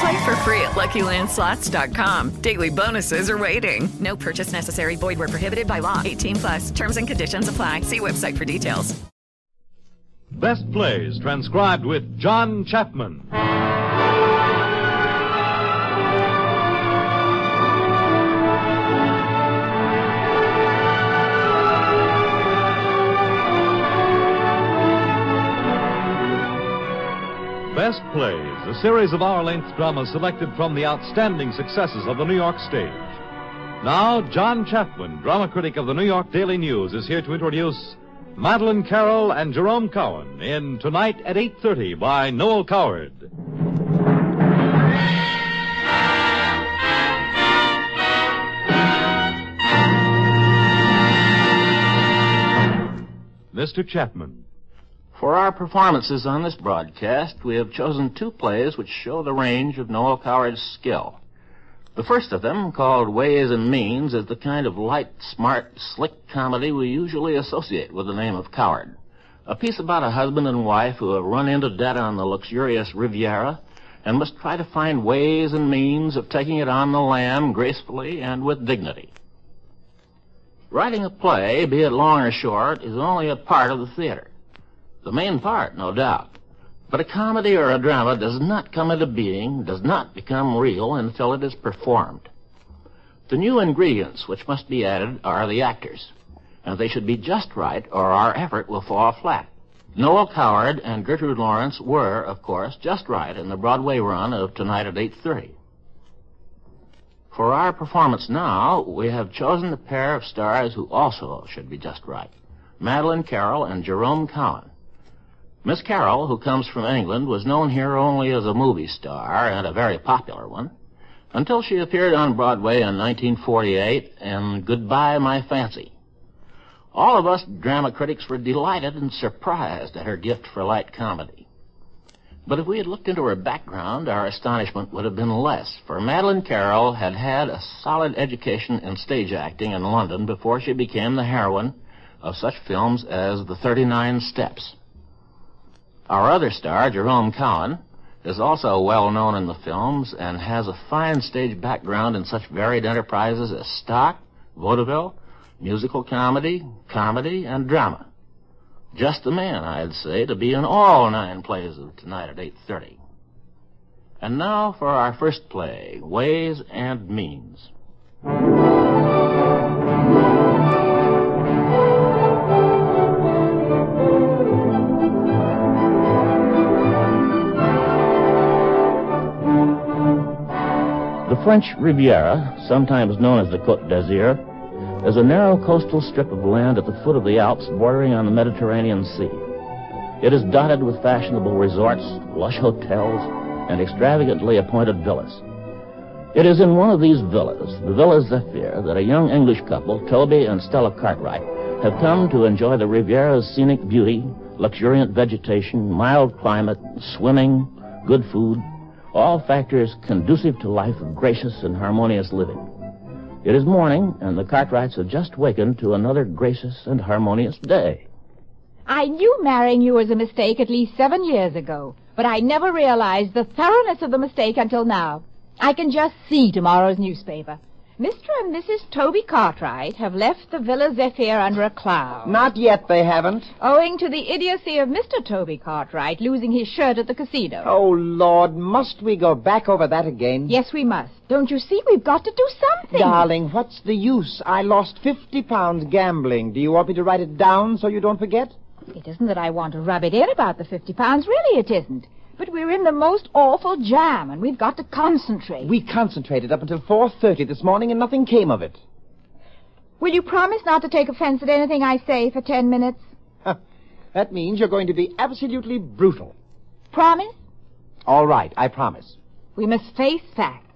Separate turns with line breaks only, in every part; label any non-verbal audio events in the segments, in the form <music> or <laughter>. Play for free at LuckyLandSlots.com. Daily bonuses are waiting. No purchase necessary. Void where prohibited by law. 18 plus. Terms and conditions apply. See website for details.
Best Plays, transcribed with John Chapman. Best Plays, a series of hour length dramas selected from the outstanding successes of the New York stage. Now, John Chapman, drama critic of the New York Daily News, is here to introduce Madeline Carroll and Jerome Cowan in Tonight at 8.30 by Noel Coward. Mr. Chapman.
For our performances on this broadcast, we have chosen two plays which show the range of Noel Coward's skill. The first of them, called Ways and Means, is the kind of light, smart, slick comedy we usually associate with the name of Coward. A piece about a husband and wife who have run into debt on the luxurious Riviera and must try to find ways and means of taking it on the lam gracefully and with dignity. Writing a play, be it long or short, is only a part of the theater. The main part, no doubt. But a comedy or a drama does not come into being, does not become real until it is performed. The new ingredients which must be added are the actors, and they should be just right or our effort will fall flat. Noel Coward and Gertrude Lawrence were, of course, just right in the Broadway run of Tonight at 8.30. For our performance now, we have chosen the pair of stars who also should be just right, Madeline Carroll and Jerome Cowan. Miss Carroll, who comes from England, was known here only as a movie star, and a very popular one, until she appeared on Broadway in 1948 in Goodbye My Fancy. All of us drama critics were delighted and surprised at her gift for light comedy. But if we had looked into her background, our astonishment would have been less, for Madeline Carroll had had a solid education in stage acting in London before she became the heroine of such films as The 39 Steps. Our other star, Jerome Cowan, is also well known in the films and has a fine stage background in such varied enterprises as stock, vaudeville, musical comedy, comedy, and drama. Just the man, I'd say, to be in all nine plays of tonight at 8.30. And now for our first play, Ways and Means. The French Riviera, sometimes known as the Côte d'Azur, is a narrow coastal strip of land at the foot of the Alps bordering on the Mediterranean Sea. It is dotted with fashionable resorts, lush hotels, and extravagantly appointed villas. It is in one of these villas, the Villa Zephyr, that a young English couple, Toby and Stella Cartwright, have come to enjoy the Riviera's scenic beauty, luxuriant vegetation, mild climate, swimming, good food, all factors conducive to life of gracious and harmonious living. It is morning, and the Cartwrights have just wakened to another gracious and harmonious day.
I knew marrying you was a mistake at least seven years ago, but I never realized the thoroughness of the mistake until now. I can just see tomorrow's newspaper. Mr. and Mrs. Toby Cartwright have left the Villa Zephyr under a cloud.
Not yet, they haven't.
Owing to the idiocy of Mr. Toby Cartwright losing his shirt at the casino.
Oh, Lord, must we go back over that again?
Yes, we must. Don't you see? We've got to do something.
Darling, what's the use? I lost 50 pounds gambling. Do you want me to write it down so you don't forget?
It isn't that I want to rub it in about the 50 pounds. Really, it isn't. But we're in the most awful jam, and we've got to concentrate.
We concentrated up until 4.30 this morning and nothing came of it.
Will you promise not to take offense at anything I say for ten minutes?
Huh. That means you're going to be absolutely brutal.
Promise?
All right, I promise.
We must face facts.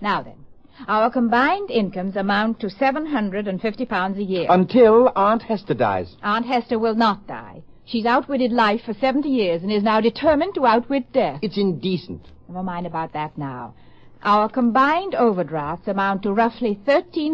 Now then, our combined incomes amount to £750 a year.
Until Aunt Hester dies.
Aunt Hester will not die. She's outwitted life for 70 years and is now determined to outwit death.
It's indecent.
Never mind about that now. Our combined overdrafts amount to roughly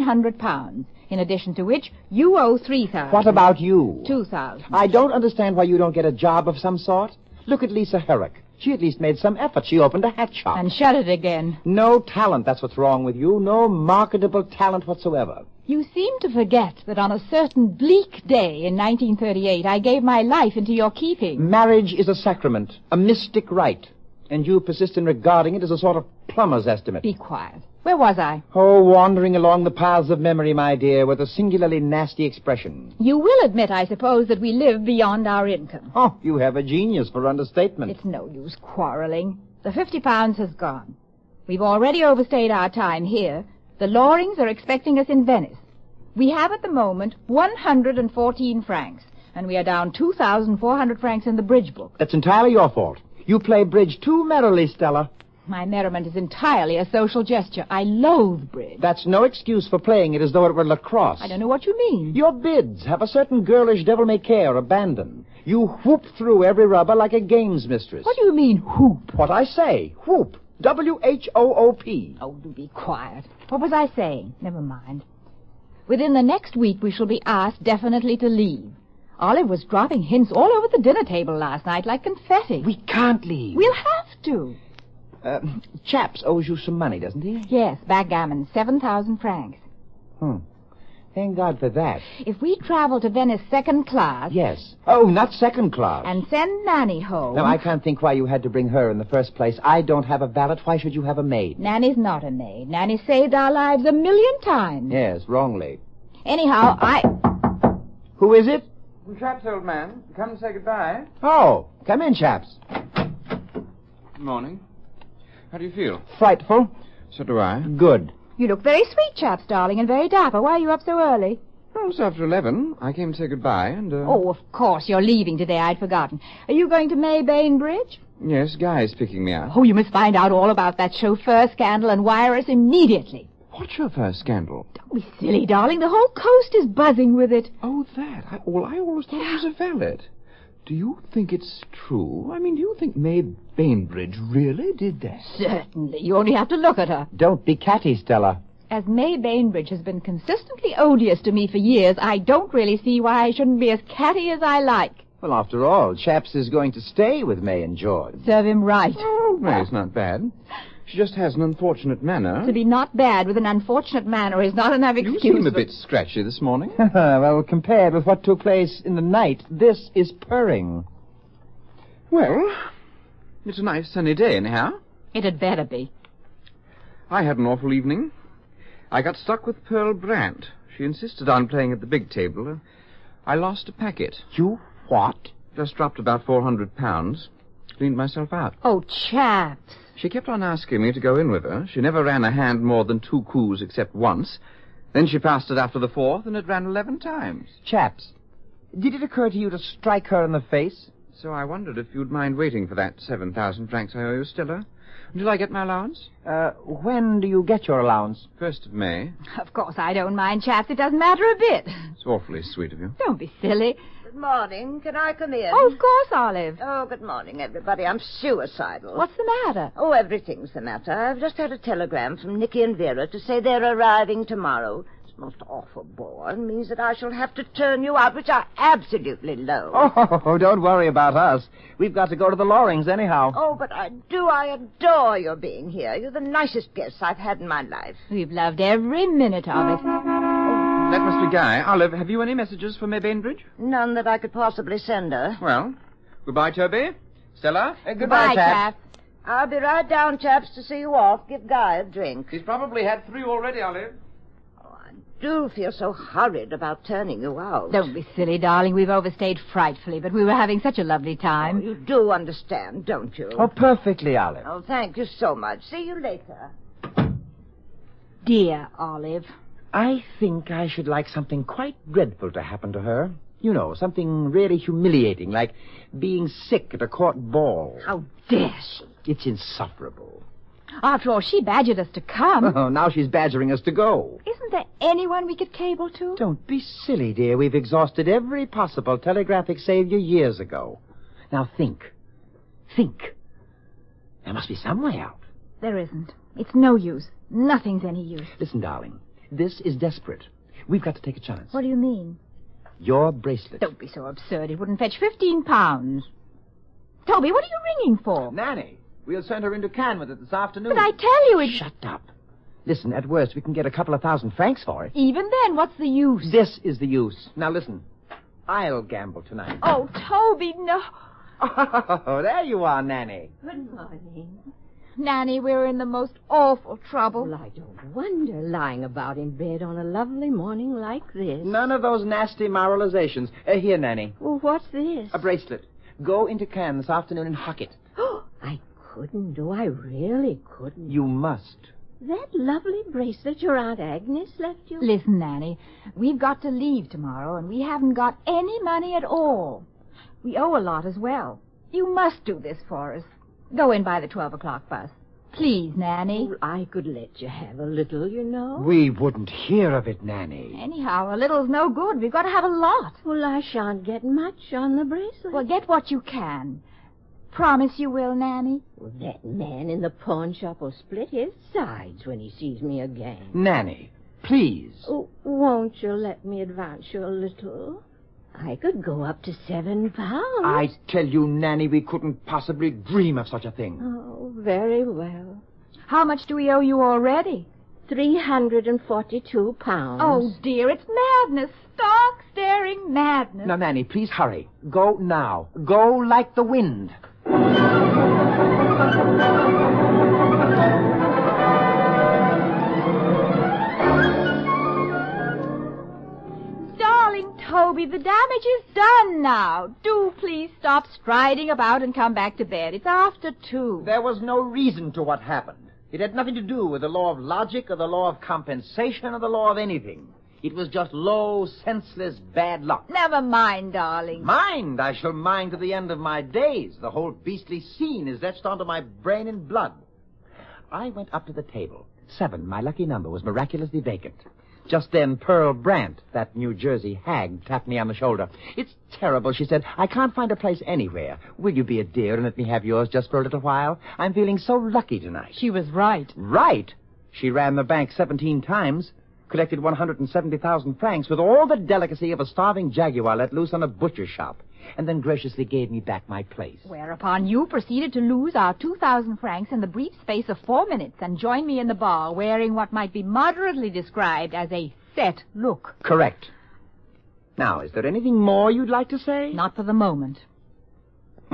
£1,300, in addition to which you owe 3000
What about you?
2000
I don't understand why you don't get a job of some sort. Look at Lisa Herrick. She at least made some effort. She opened a hat shop.
And shut it again.
No talent, that's what's wrong with you. No marketable talent whatsoever.
You seem to forget that on a certain bleak day in 1938, I gave my life into your keeping.
Marriage is a sacrament, a mystic rite, and you persist in regarding it as a sort of plumber's estimate.
Be quiet. Where was I?
Oh, wandering along the paths of memory, my dear, with a singularly nasty expression.
You will admit, I suppose, that we live beyond our income.
Oh, you have a genius for understatement.
It's no use quarreling. The 50 pounds has gone. We've already overstayed our time here. The Lorings are expecting us in Venice. We have at the moment 114 francs, and we are down 2,400 francs in the bridge book.
That's entirely your fault. You play bridge too merrily, Stella.
My merriment is entirely a social gesture. I loathe bridge.
That's no excuse for playing it as though it were lacrosse.
I don't know what you mean.
Your bids have a certain girlish devil-may-care abandon. You whoop through every rubber like a games mistress.
What do you mean, whoop?
What I say, whoop. W-H-O-O-P.
Oh, do be quiet. What was I saying? Never mind. Within the next week, we shall be asked definitely to leave. Olive was dropping hints all over the dinner table last night like confetti.
We can't leave.
will have to.
Uh, Chaps owes you some money, doesn't he?
Yes, backgammon, 7,000 francs.
Hmm. Thank God for that.
If we travel to Venice second class
Yes. Oh, not second class.
and send Nanny home...
No, I can't think why you had to bring her in the first place. I don't have a valet. Why should you have a maid?
Nanny's not a maid. Nanny saved our lives a million times.
Yes, wrongly.
Anyhow, I...
Who is it?
Traps, old man. Come and say goodbye.
Oh, come in, chaps.
Morning. How do you feel?
Frightful.
So do I.
Good.
You look very sweet, chaps, darling, and very dapper. Why are you up so early?
Well, it's after eleven. I came to say goodbye and, uh...
Oh, of course, you're leaving today. I'd forgotten. Are you going to Maybane Bridge?
Yes, Guy's picking me up.
Oh, you must find out all about that chauffeur scandal and wire us immediately.
What's your first scandal?
Don't be silly, darling. The whole coast is buzzing with it.
Oh, that. I, well, I always thought he was a valet. Do you think it's true? I mean, do you think May Bainbridge really did that?
<sighs> Certainly. You only have to look at her.
Don't be catty, Stella.
As May Bainbridge has been consistently odious to me for years, I don't really see why I shouldn't be as catty as I like.
Well, after all, Chaps is going to stay with May and George.
Serve him right.
Oh, May's not bad. She just has an unfortunate manner.
To be not bad with an unfortunate manner is not enough
You
excuse.
seem a
for-
bit scratchy this morning.
well, compared with what took place in the night, this is purring.
well, it's a nice sunny day, anyhow.
It had better be.
I had an awful evening. I got stuck with Pearl Brandt. She insisted on playing at the big table. and I lost a packet.
You what?
Just dropped about 400 pounds. Cleaned myself out.
Oh, chaps.
She kept on asking me to go in with her. She never ran a hand more than two coups except once. Then she passed it after the fourth, and it ran 11 times.
Chaps, did it occur to you to strike her in the face?
So I wondered if you'd mind waiting for that 7,000 francs I owe you, Stella. Until I get my allowance?
Uh, when do you get your allowance?
First of May.
Of course, I don't mind chaps. It doesn't matter a bit.
It's awfully sweet of you.
Don't be silly.
Good morning. Can I come in?
Oh, of course, Olive.
Oh, good morning, everybody. I'm suicidal.
What's the matter?
Oh, everything's the matter. I've just had a telegram from Nicky and Vera to say they're arriving tomorrow. It's most awful bore and means that I shall have to turn you out, which I absolutely loathe.
Oh, <laughs> don't worry about us. We've got to go to the Lorings anyhow.
Oh, but I do. I adore your being here. You're the nicest guests I've had in my life.
We've loved every minute of it.
Oh, That must be Guy. Olive, have you any messages for Meb Enbridge?
None that I could possibly send her.
Well, goodbye, Toby. Stella?
Uh,
Uh,
Goodbye, chap. I'll be right down, chaps, to see you off. Give Guy a drink. Oh,
He's probably had three already, Olive.
Do feel so hurried about turning you out.
Don't be silly, darling. We've overstayed frightfully, but we were having such a lovely time.
Oh, You do understand, don't you?
Oh, perfectly, Olive.
Oh, thank you so much. See you later.
Dear Olive.
I think I should like something quite dreadful to happen to her. You know, something really humiliating, like being sick at a court ball.
How dare she?
It's insufferable.
After all, she badgered us to come.
Oh, now she's badgering us to go.
Isn't there anyone we could cable to?
Don't be silly, dear. We've exhausted every possible telegraphic savior years ago. Now think. Think. There must be some way out.
There isn't. It's no use. Nothing's any use.
Listen, darling. This is desperate. We've got to take a chance.
What do you mean?
Your bracelet.
Don't be so absurd. It wouldn't fetch fifteen pounds. Toby, what are you ringing for?
Nanny, we'll send her into Cannes with it this afternoon.
But I tell you, it...
Shut up. Listen, at worst, we can get a couple of thousand francs for it.
Even then, what's the use?
This is the use. Now listen. I'll gamble tonight.
Oh, Toby, no.
<laughs> Oh, there you are, Nanny.
Good morning.
Nanny, we're in the most awful trouble.
Well, I don't wonder lying about in bed on a lovely morning like this.
None of those nasty moralizations. Uh, here, Nanny.
Well, what's this?
A bracelet. Go into Cannes this afternoon and hock it.
<gasps> I couldn't, do I really couldn't.
You must.
That lovely bracelet your Aunt Agnes left you.
Listen, Nanny, we've got to leave tomorrow, and we haven't got any money at all. We owe a lot as well. You must do this for us. Go in by the 12 o'clock bus. Please, Nanny.
Well, I could let you have a little, you know.
We wouldn't hear of it, Nanny.
Anyhow, a little's no good. We've got to have a lot.
Well, I shan't get much on the bracelet.
Well, get what you can. Promise you will, Nanny?
Well, that man in the pawn shop will split his sides when he sees me again.
Nanny, please.
Oh, won't you let me advance you a little? I could go up to seven pounds.
I tell you, Nanny, we couldn't possibly dream of such a thing.
Oh, very well.
How much do we owe you already?
Three hundred and forty-two pounds.
Oh, dear, it's madness. Stark, staring madness.
Now, Nanny, please hurry. Go now. Go like the wind.
Darling Toby, the damage is done now. Do please stop striding about and come back to bed. It's after two.
There was no reason to what happened. It had nothing to do with the law of logic or the law of compensation or the law of anything. It was just low, senseless bad luck.
Never mind, darling.
Mind, I shall mind to the end of my days. The whole beastly scene is etched onto my brain in blood. I went up to the table. Seven, my lucky number, was miraculously vacant. Just then, Pearl Brant, that New Jersey hag, tapped me on the shoulder. It's terrible, she said. I can't find a place anywhere. Will you be a dear and let me have yours just for a little while? I'm feeling so lucky tonight.
She was right.
Right? She ran the bank 17 times, collected 170,000 francs with all the delicacy of a starving jaguar let loose on a butcher shop, and then graciously gave me back my place.
Whereupon you proceeded to lose our 2,000 francs in the brief space of four minutes and joined me in the bar wearing what might be moderately described as a set look.
Correct. Now, is there anything more you'd like to say?
Not for the moment.
<laughs>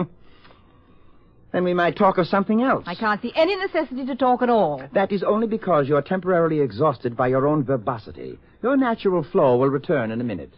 Then we might talk of something else.
I can't see any necessity to talk at all.
That is only because you're temporarily exhausted by your own verbosity. Your natural flow will return in a minute.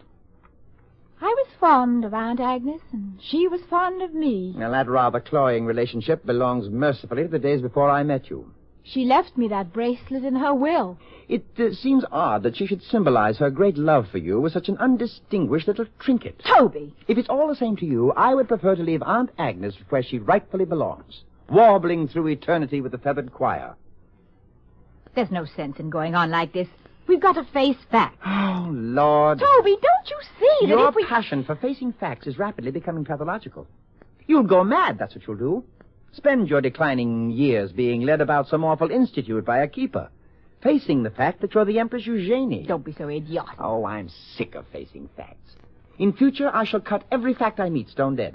I was fond of Aunt Agnes, and she was fond of me.
Now, that rather cloying relationship belongs mercifully to the days before I met you.
She left me that bracelet in her will.
It uh, seems odd that she should symbolize her great love for you with such an undistinguished little trinket.
Toby!
If it's all the same to you, I would prefer to leave Aunt Agnes where she rightfully belongs, warbling through eternity with the feathered choir.
There's no sense in going on like this. We've got to face facts.
Oh, Lord.
Toby, don't you see that
Your
if we...
passion for facing facts is rapidly becoming pathological. You'll go mad, that's what you'll do. Spend your declining years being led about some awful institute by a keeper. Facing the fact that you're the Empress Eugenie.
Don't be so idiotic.
Oh, I'm sick of facing facts. In future, I shall cut every fact I meet stone dead.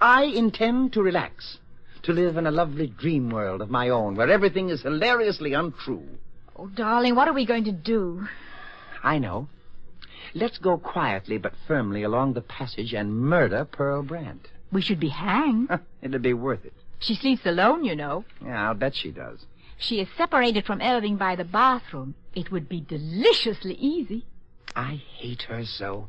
I intend to relax, to live in a lovely dream world of my own where everything is hilariously untrue.
Oh, darling, what are we going to do?
I know. Let's go quietly but firmly along the passage and murder Pearl Brandt.
We should be hanged.
It'll be worth it.
She sleeps alone, you know.
Yeah, I'll bet she does.
She is separated from Irving by the bathroom. It would be deliciously easy.
I hate her so.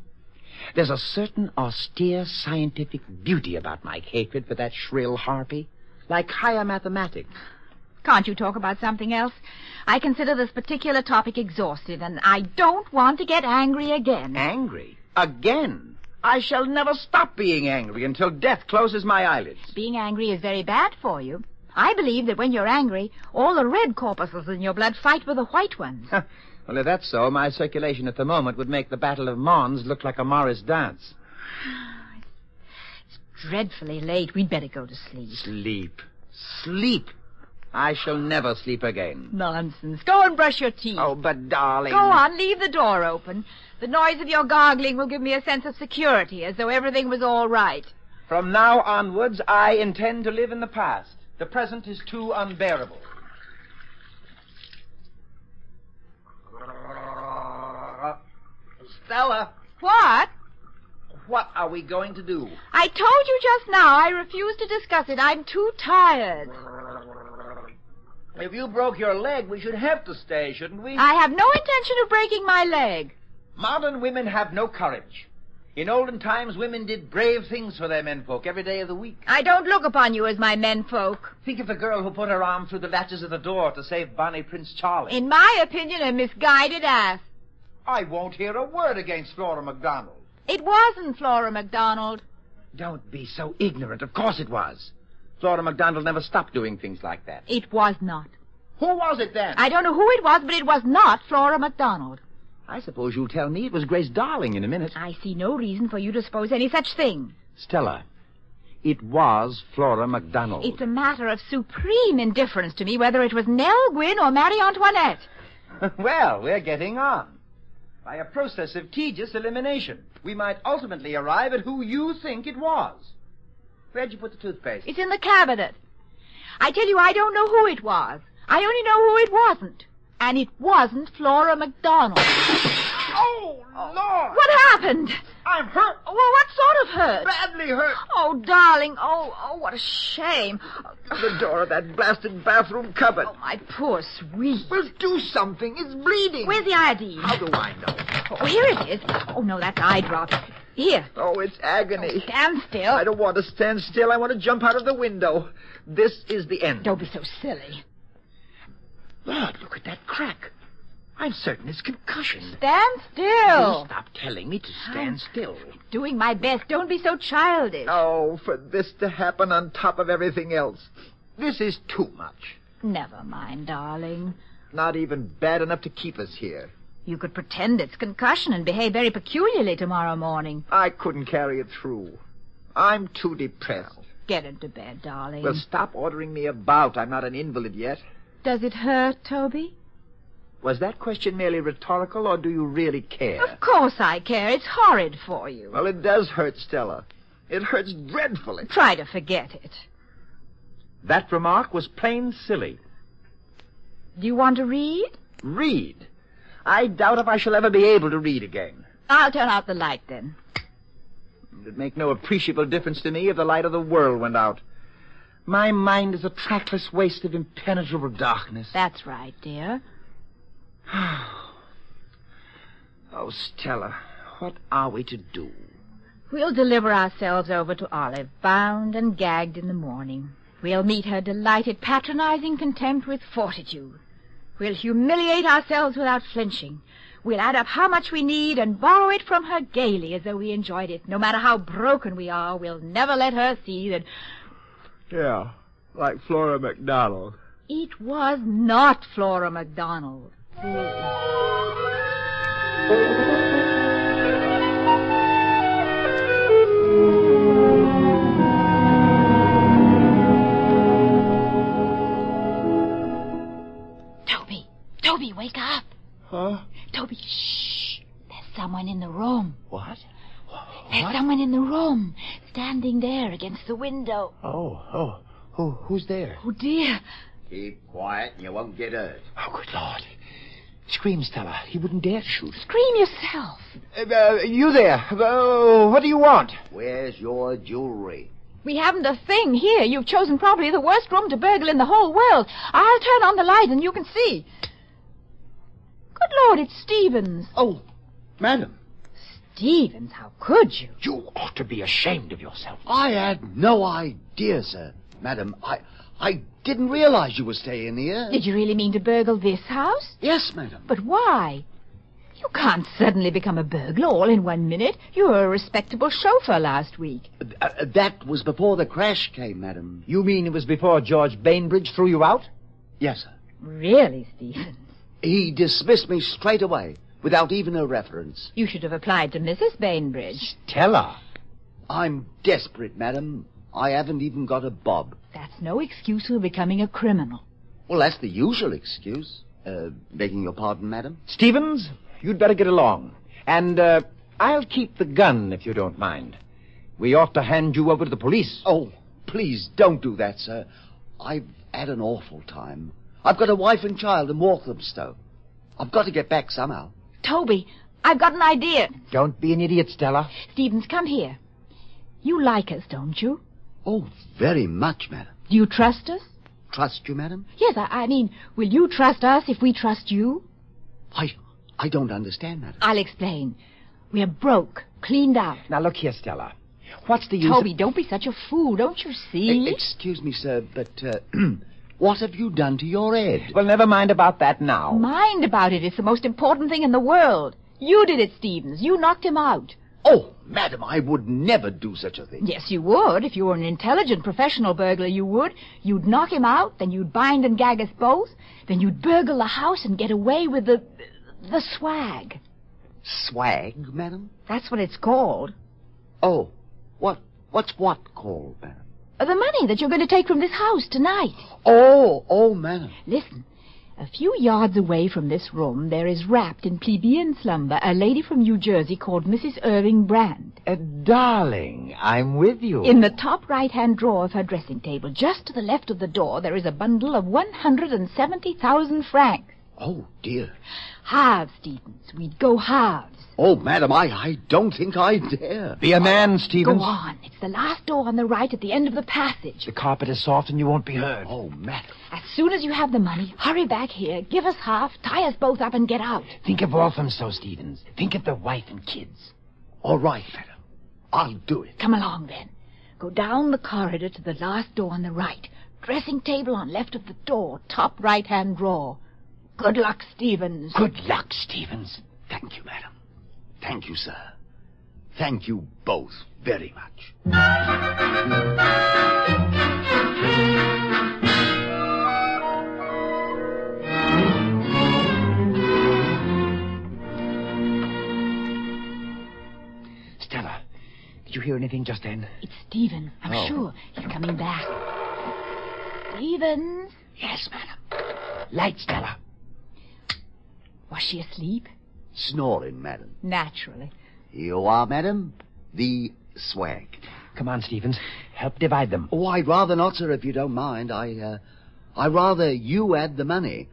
There's a certain austere scientific beauty about my hatred for that shrill harpy, like higher mathematics.
Can't you talk about something else? I consider this particular topic exhausted, and I don't want to get angry again.
Angry? Again? I shall never stop being angry until death closes my eyelids.
Being angry is very bad for you. I believe that when you're angry, all the red corpuscles in your blood fight with the white ones.
Well, if that's so, my circulation at the moment would make the Battle of Mons look like a Morris dance.
Dreadfully late. We'd better go to sleep.
Sleep. Sleep. I shall never sleep again.
Nonsense. Go and brush your teeth.
Oh, but darling.
Go on, leave the door open. The noise of your gargling will give me a sense of security, as though everything was all right.
From now onwards, I intend to live in the past. The present is too unbearable. Stella,
What?
what are we going to do?
I told you just now I refuse to discuss it. I'm too tired.
If you broke your leg, we should have to stay, shouldn't we?
I have no intention of breaking my leg.
Modern women have no courage. In olden times, women did brave things for their menfolk every day of the week.
I don't look upon you as my menfolk.
Think of the girl who put her arm through the latches of the door to save Bonnie Prince Charlie.
In my opinion, a misguided ass.
I won't hear a word against Flora MacDonald.
It wasn't Flora MacDonald.
Don't be so ignorant. Of course it was. Flora MacDonald never stopped doing things like that.
It was not.
Who was it then?
I don't know who it was, but it was not Flora MacDonald.
I suppose you'll tell me it was Grace Darling in a minute.
I see no reason for you to suppose any such thing.
Stella, it was Flora MacDonald.
It's a matter of supreme indifference to me whether it was Nell Gwynn or Marie Antoinette.
<laughs> well, we're getting on. By a process of tedious elimination, we might ultimately arrive at who you think it was. Where'd you put the toothpaste?
It's in the cabinet. I tell you, I don't know who it was. I only know who it wasn't. And it wasn't Flora MacDonald.
Oh, Lord!
What happened?
I'm hurt.
Well, what sort of hurt?
Badly hurt.
Oh, darling. Oh, oh, what a shame.
The door of that blasted bathroom cupboard.
Oh, my poor sweet.
Well, do something. It's bleeding.
Where's the ID?
How do I know?
Oh, here it is. Oh, no, that's eye drops. Here.
Oh, it's agony.
Stand still.
I don't want to stand still. I want to jump out of the window. This is the end.
Don't be so silly.
Lord, look at that crack. I'm certain it's concussion.
Stand still.
You stop telling me to stand still.
Doing my best. Don't be so childish.
Oh, for this to happen on top of everything else. This is too much.
Never mind, darling.
Not even bad enough to keep us here.
You could pretend it's concussion and behave very peculiarly tomorrow morning.
I couldn't carry it through. I'm too depressed.
Get into bed, darling.
Well, stop ordering me about. I'm not an invalid yet.
Does it hurt, Toby?
Was that question merely rhetorical, or do you really care?
Of course I care. It's horrid for you.
Well, it does hurt, Stella. It hurts dreadfully.
Try to forget it.
That remark was plain silly.
Do you want to read?
Read. I doubt if I shall ever be able to read again.
I'll turn out the light then.
It'd make no appreciable difference to me if the light of the world went out. My mind is a trackless waste of impenetrable darkness.
That's right, dear.
<sighs> Oh, Stella, what are we to do?
We'll deliver ourselves over to Olive, bound and gagged in the morning. We'll meet her delighted, patronizing contempt with fortitude. We'll humiliate ourselves without flinching. We'll add up how much we need and borrow it from her gaily as though we enjoyed it. No matter how broken we are, we'll never let her see that
Yeah, like Flora McDonald.
it was not Flora MacDonald. Toby, Toby, Brom, standing there against the window.
Oh, oh, who, who's there?
Oh, dear.
Keep quiet and you won't get hurt.
Oh, good Lord. Scream, Stella. He wouldn't dare shoot.
Scream yourself.
Uh, you there. Uh, what do you want?
Where's your jewelry?
We haven't a thing here. You've chosen probably the worst room to burgle in the whole world. I'll turn on the light and you can see. Good Lord, it's Stevens.
Oh, madam.
Stevens, how could you?
You ought to be ashamed of yourself.
I had no idea, sir. Madam, I, I didn't realize you were staying here.
Did you really mean to burgle this house?
Yes, madam.
But why? You can't suddenly become a burglar all in one minute. You were a respectable chauffeur last week.
Uh, uh, that was before the crash came, madam.
You mean it was before George Bainbridge threw you out?
Yes, sir.
Really, Stevens?
He dismissed me straight away, without even a reference.
You should have applied to Mrs. Bainbridge.
Stella! I'm desperate, madam. I haven't even got a bob.
That's no excuse for becoming a criminal.
Well, that's the usual excuse. Uh, begging your pardon, madam?
Stevens, you'd better get along. And uh, I'll keep the gun if you don't mind. We ought to hand you over to the police.
Oh, please don't do that, sir. I've had an awful time. I've got a wife and child in Walthamstow. I've got to get back somehow.
Toby, I've got an idea.
Don't be an idiot, Stella.
Stevens, come here. You like us, don't you?
Oh, very much, madam.
Do you trust us?
Trust you, madam?
Yes, I, I mean, will you trust us if we trust you?
I, I don't understand, madam.
I'll explain. We're broke, cleaned out.
Now look here, Stella. What's the use?
Toby,
of...
don't be such a fool. Don't you see?
E- excuse me, sir, but
<clears throat>
uh, what have you done to your head?
Well, never mind about that now.
Mind about it. It's the most important thing in the world. You did it, Stevens. You knocked him out.
Oh, madam, I would never do such a thing.
Yes, you would. If you were an intelligent professional burglar, you would. You'd knock him out, then you'd bind and gag us both, then you'd burgle the house and get away with the the swag.
Swag, madam?
That's what it's called.
Oh, what what's what called, madam?
Uh, The money that you're going to take from this house tonight.
Oh, oh, madam.
Listen, a few yards away from this room, there is wrapped in plebeian slumber a lady from New Jersey called Mrs. Irving Brand.
Uh, darling, I'm with you.
In the top right-hand drawer of her dressing table, just to the left of the door, there is a bundle of 170,000 francs.
Oh, dear.
Halves, Stevens. We'd go halves.
Oh, madam, I, I don't think I dare.
Be a man, Stevens.
Go on. It's the last door on the right at the end of the passage.
The carpet is soft and you won't be heard.
Oh, madam.
As soon as you have the money, hurry back here, give us half, tie us both up, and get out.
Think of Walthamstow, Stevens. Think of the wife and kids.
All right, madam. I'll do it.
Come along, then. Go down the corridor to the last door on the right. Dressing table on left of the door, top right-hand drawer. Good luck, Stevens.
Good luck, Stevens. Thank you, madam. Thank you, sir. Thank you both very much.
Stella, did you hear anything just then?
It's Stephen. I'm
Oh.
sure he's coming back. Stevens,
Yes, madam. Light, Stella.
was she asleep?
Snoring, madam.
Naturally.
Here You are, madam. The swag.
Come on, Stevens. Help divide them.
Oh, I'd rather not, sir, if you don't mind. I, uh, I rather you had the money.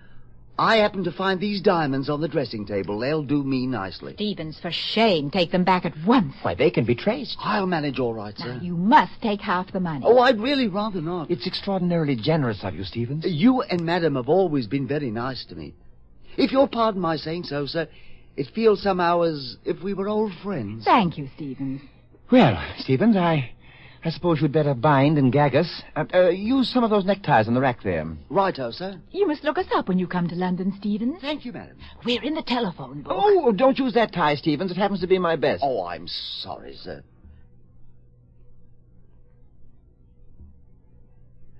I happen to find these diamonds on the dressing table. They'll do me nicely.
Stevens, for shame, take them back at once.
Why, they can be traced.
I'll manage all right, sir.
You must take half the money.
Oh, I'd really rather not. Uh,
It's extraordinarily generous of you, Stevens.
You and madam have always been very nice to me. If you'll pardon my saying so, sir, it feels somehow as if we were old friends.
Thank you, Stevens.
Well, Stevens, I, I suppose you'd better bind and gag us. Uh, uh, use some of those neckties on the rack there.
Righto, sir.
You must look us up when you come to London, Stevens.
Thank you, madam.
We're in the telephone book.
Oh, don't use that tie, Stevens. It happens to be my best.
Oh, I'm sorry, sir.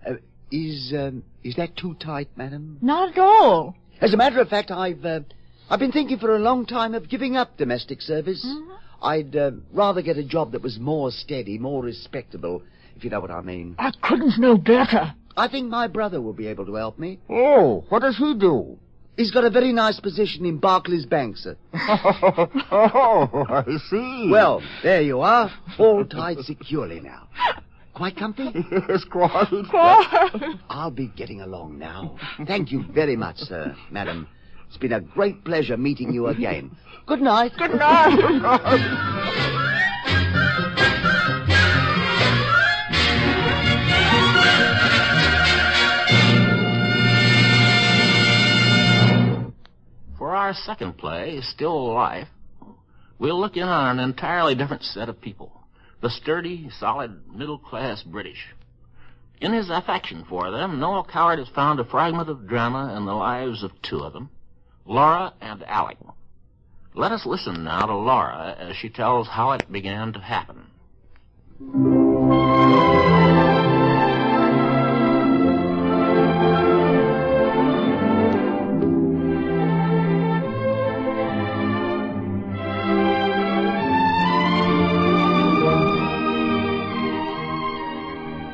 Uh, is um, is that too tight, madam?
Not at all.
As a matter of fact, I've uh, I've been thinking for a long time of giving up domestic service.
Mm-hmm.
I'd uh, rather get a job that was more steady, more respectable, if you know what I mean.
I couldn't know better.
I think my brother will be able to help me.
Oh, what does he do?
He's got a very nice position in Barclays Bank, sir.
<laughs> oh, I see.
Well, there you are, all tied securely now. Quite comfy?
<laughs> Yes, quite.
I'll be getting along now. Thank you very much, sir, madam. It's been a great pleasure meeting you again. Good night.
Good night.
For our second play, Still Alive, we'll look in on an entirely different set of people. The sturdy, solid, middle-class British. In his affection for them, Noel Coward has found a fragment of drama in the lives of two of them, Laura and Alec. Let us listen now to Laura as she tells how it began to happen.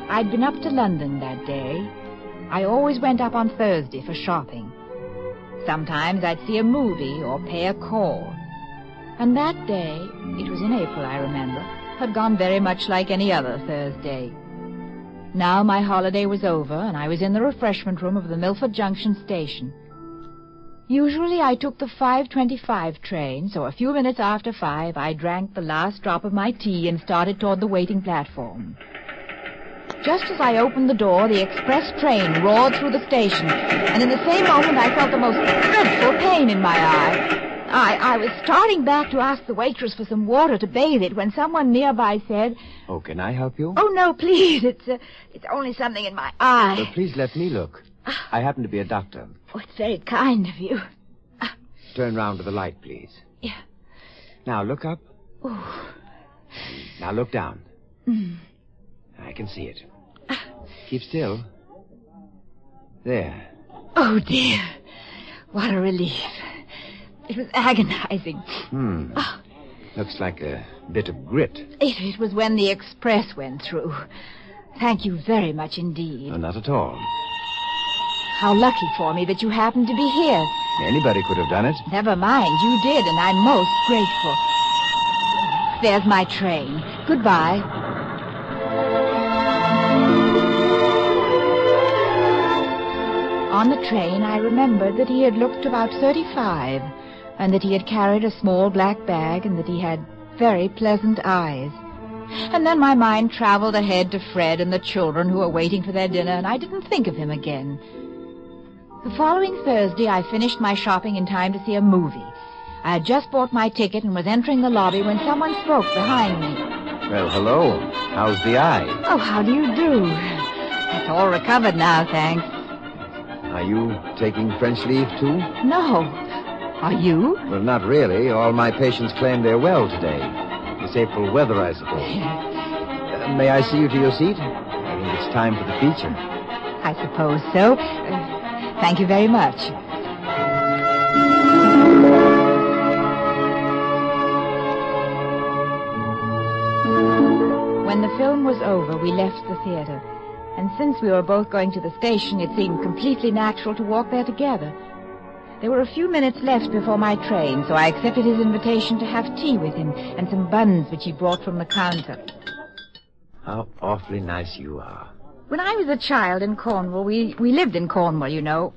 I'd been up to London that day. I always went up on Thursday for shopping. Sometimes I'd see a movie or pay a call. And that day, it was in April, I remember, had gone very much like any other Thursday. Now my holiday was over and I was in the refreshment room of the Milford Junction station. Usually I took the 5.25 train, so a few minutes after five I drank the last drop of my tea and started toward the waiting platform. Just as I opened the door, the express train roared through the station, and in the same moment I felt the most dreadful pain in my eye. I, I was starting back to ask the waitress for some water to bathe it when someone nearby said,
Oh, can I help you?
Oh, no, please, it's, uh, it's only something in my eye.
Uh, please let me look.
Ah.
I happen to be a doctor.
Oh, it's very kind of you.
Turn round to the light, please.
Yeah.
Now look up.
Oh.
Now look down.
Mm.
I can see it. Keep still. There.
Oh, dear. What a relief. It was agonizing.
Hmm.
Ah.
Looks like a bit of grit.
It, it was when the express went through. Thank you very much indeed.
No, not at all.
How lucky for me that you happened to be here.
Anybody could have done it.
Never mind, you did, and I'm most grateful. There's my train. Goodbye. On the train, I remembered that he had looked about 35, and that he had carried a small black bag, and that he had very pleasant eyes. And then my mind traveled ahead to Fred and the children who were waiting for their dinner, and I didn't think of him again. The following Thursday, I finished my shopping in time to see a movie. I had just bought my ticket and was entering the lobby when someone spoke behind me.
Well, hello. How's the eye?
Oh, how do you do? That's all recovered now, thanks.
Are you taking French leave too?
No. Are you?
Well, not really. All my patients claim they're well today. It's April weather, I suppose. Uh, may I see you to your seat? I think it's time for the feature.
I suppose so. Uh, Thank you very much. When the film was over, we left the theater. And since we were both going to the station, it seemed completely natural to walk there together. There were a few minutes left before my train, so I accepted his invitation to have tea with him and some buns which he brought from the counter.
How awfully nice you are.
When I was a child in Cornwall, we, we lived in Cornwall, you know.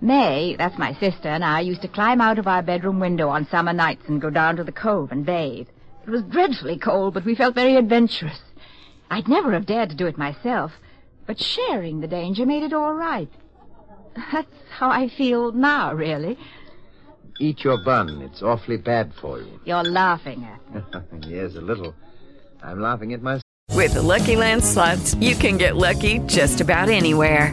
May, that's my sister, and I used to climb out of our bedroom window on summer nights and go down to the cove and bathe. It was dreadfully cold, but we felt very adventurous. I'd never have dared to do it myself, but sharing the danger made it all right. <laughs> That's how I feel now, really.
Eat your bun. It's awfully bad for you.
You're laughing at
yes, a little. I'm laughing at myself.
With the Lucky Land slots, you can get lucky just about anywhere.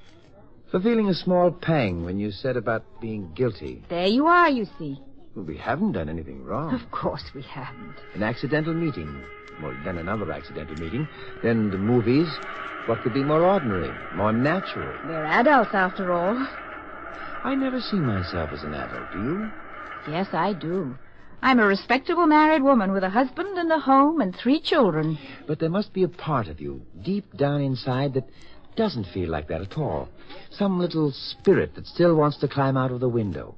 For feeling a small pang when you said about being guilty.
There you are, you see.
Well, we haven't done anything wrong.
Of course we haven't.
An accidental meeting. Well, then another accidental meeting. Then the movies. What could be more ordinary, more natural?
We're adults, after all.
I never see myself as an adult, do you?
Yes, I do. I'm a respectable married woman with a husband and a home and three children.
But there must be a part of you, deep down inside, that doesn't feel like that at all. Some little spirit that still wants to climb out of the window,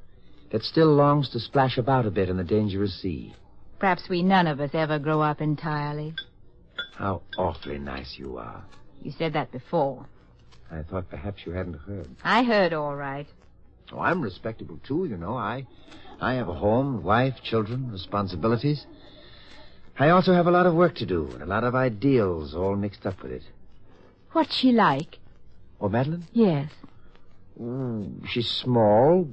that still longs to splash about a bit in the dangerous sea.
Perhaps we none of us ever grow up entirely.
How awfully nice you are.
You said that before.
I thought perhaps you hadn't heard.
I heard all right.
Oh, I'm respectable too, you know. I, I have a home, wife, children, responsibilities. I also have a lot of work to do and a lot of ideals all mixed up with it.
What's she like?
Oh, Madeline?
Yes.
Mm, she's small,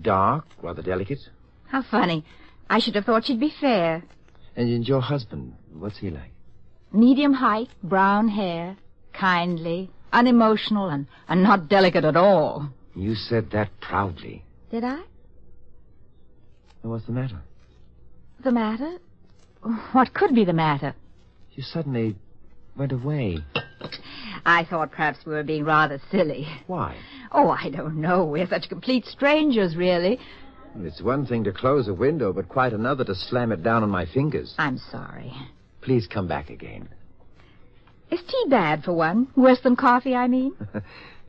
dark, rather delicate.
How funny. I should have thought she'd be fair.
And your husband, what's he like?
Medium height, brown hair, kindly, unemotional, and, and not delicate at all.
You said that proudly.
Did I?
What's the matter?
The matter? What could be the matter?
You suddenly went away.
I thought perhaps we were being rather silly.
Why?
Oh, I don't know. We're such complete strangers, really.
It's one thing to close a window, but quite another to slam it down on my fingers.
I'm sorry.
Please come back again.
Is tea bad, for one? Worse than coffee, I mean?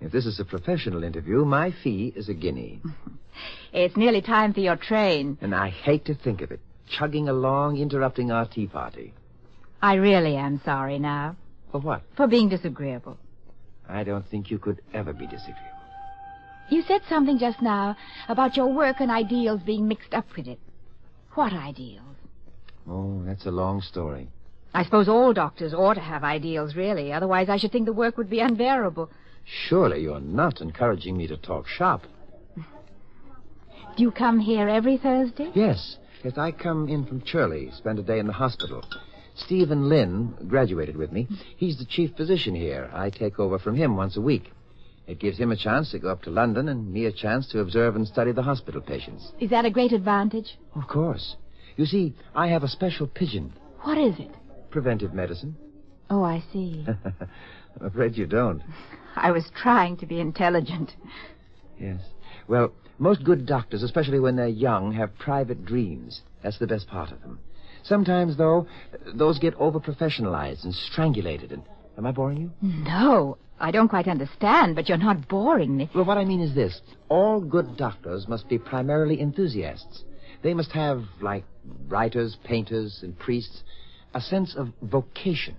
if this is a professional interview, my fee is a guinea.
it's nearly time for your train.
And I hate to think of it. Chugging along, interrupting our tea party.
I really am sorry now.
For what?
For being disagreeable.
I don't think you could ever be disagreeable.
You said something just now about your work and ideals being mixed up with it. What ideals?
Oh, that's a long story.
I suppose all doctors ought to have ideals, really. Otherwise, I should think the work would be unbearable.
Surely you're not encouraging me to talk shop.
Do you come here every Thursday?
Yes. Yes, I come in from Churley, spend a day in the hospital. Stephen Lynn graduated with me. He's the chief physician here. I take over from him once a week. It gives him a chance to go up to London and me a chance to observe and study the hospital patients.
Is that a great advantage?
Of course. You see, I have a special pigeon.
What is it?
Preventive medicine. <laughs>
Oh, I see.
I'm afraid you don't.
I was trying to be intelligent.
Yes. Well, most good doctors, especially when they're young, have private dreams. That's the best part of them. Sometimes, though, those get over professionalized and strangulated. And am I boring you?
No, I don't quite understand, but you're not boring me.
Well, what I mean is this all good doctors must be primarily enthusiasts. They must have, like writers, painters, and priests, a sense of vocation,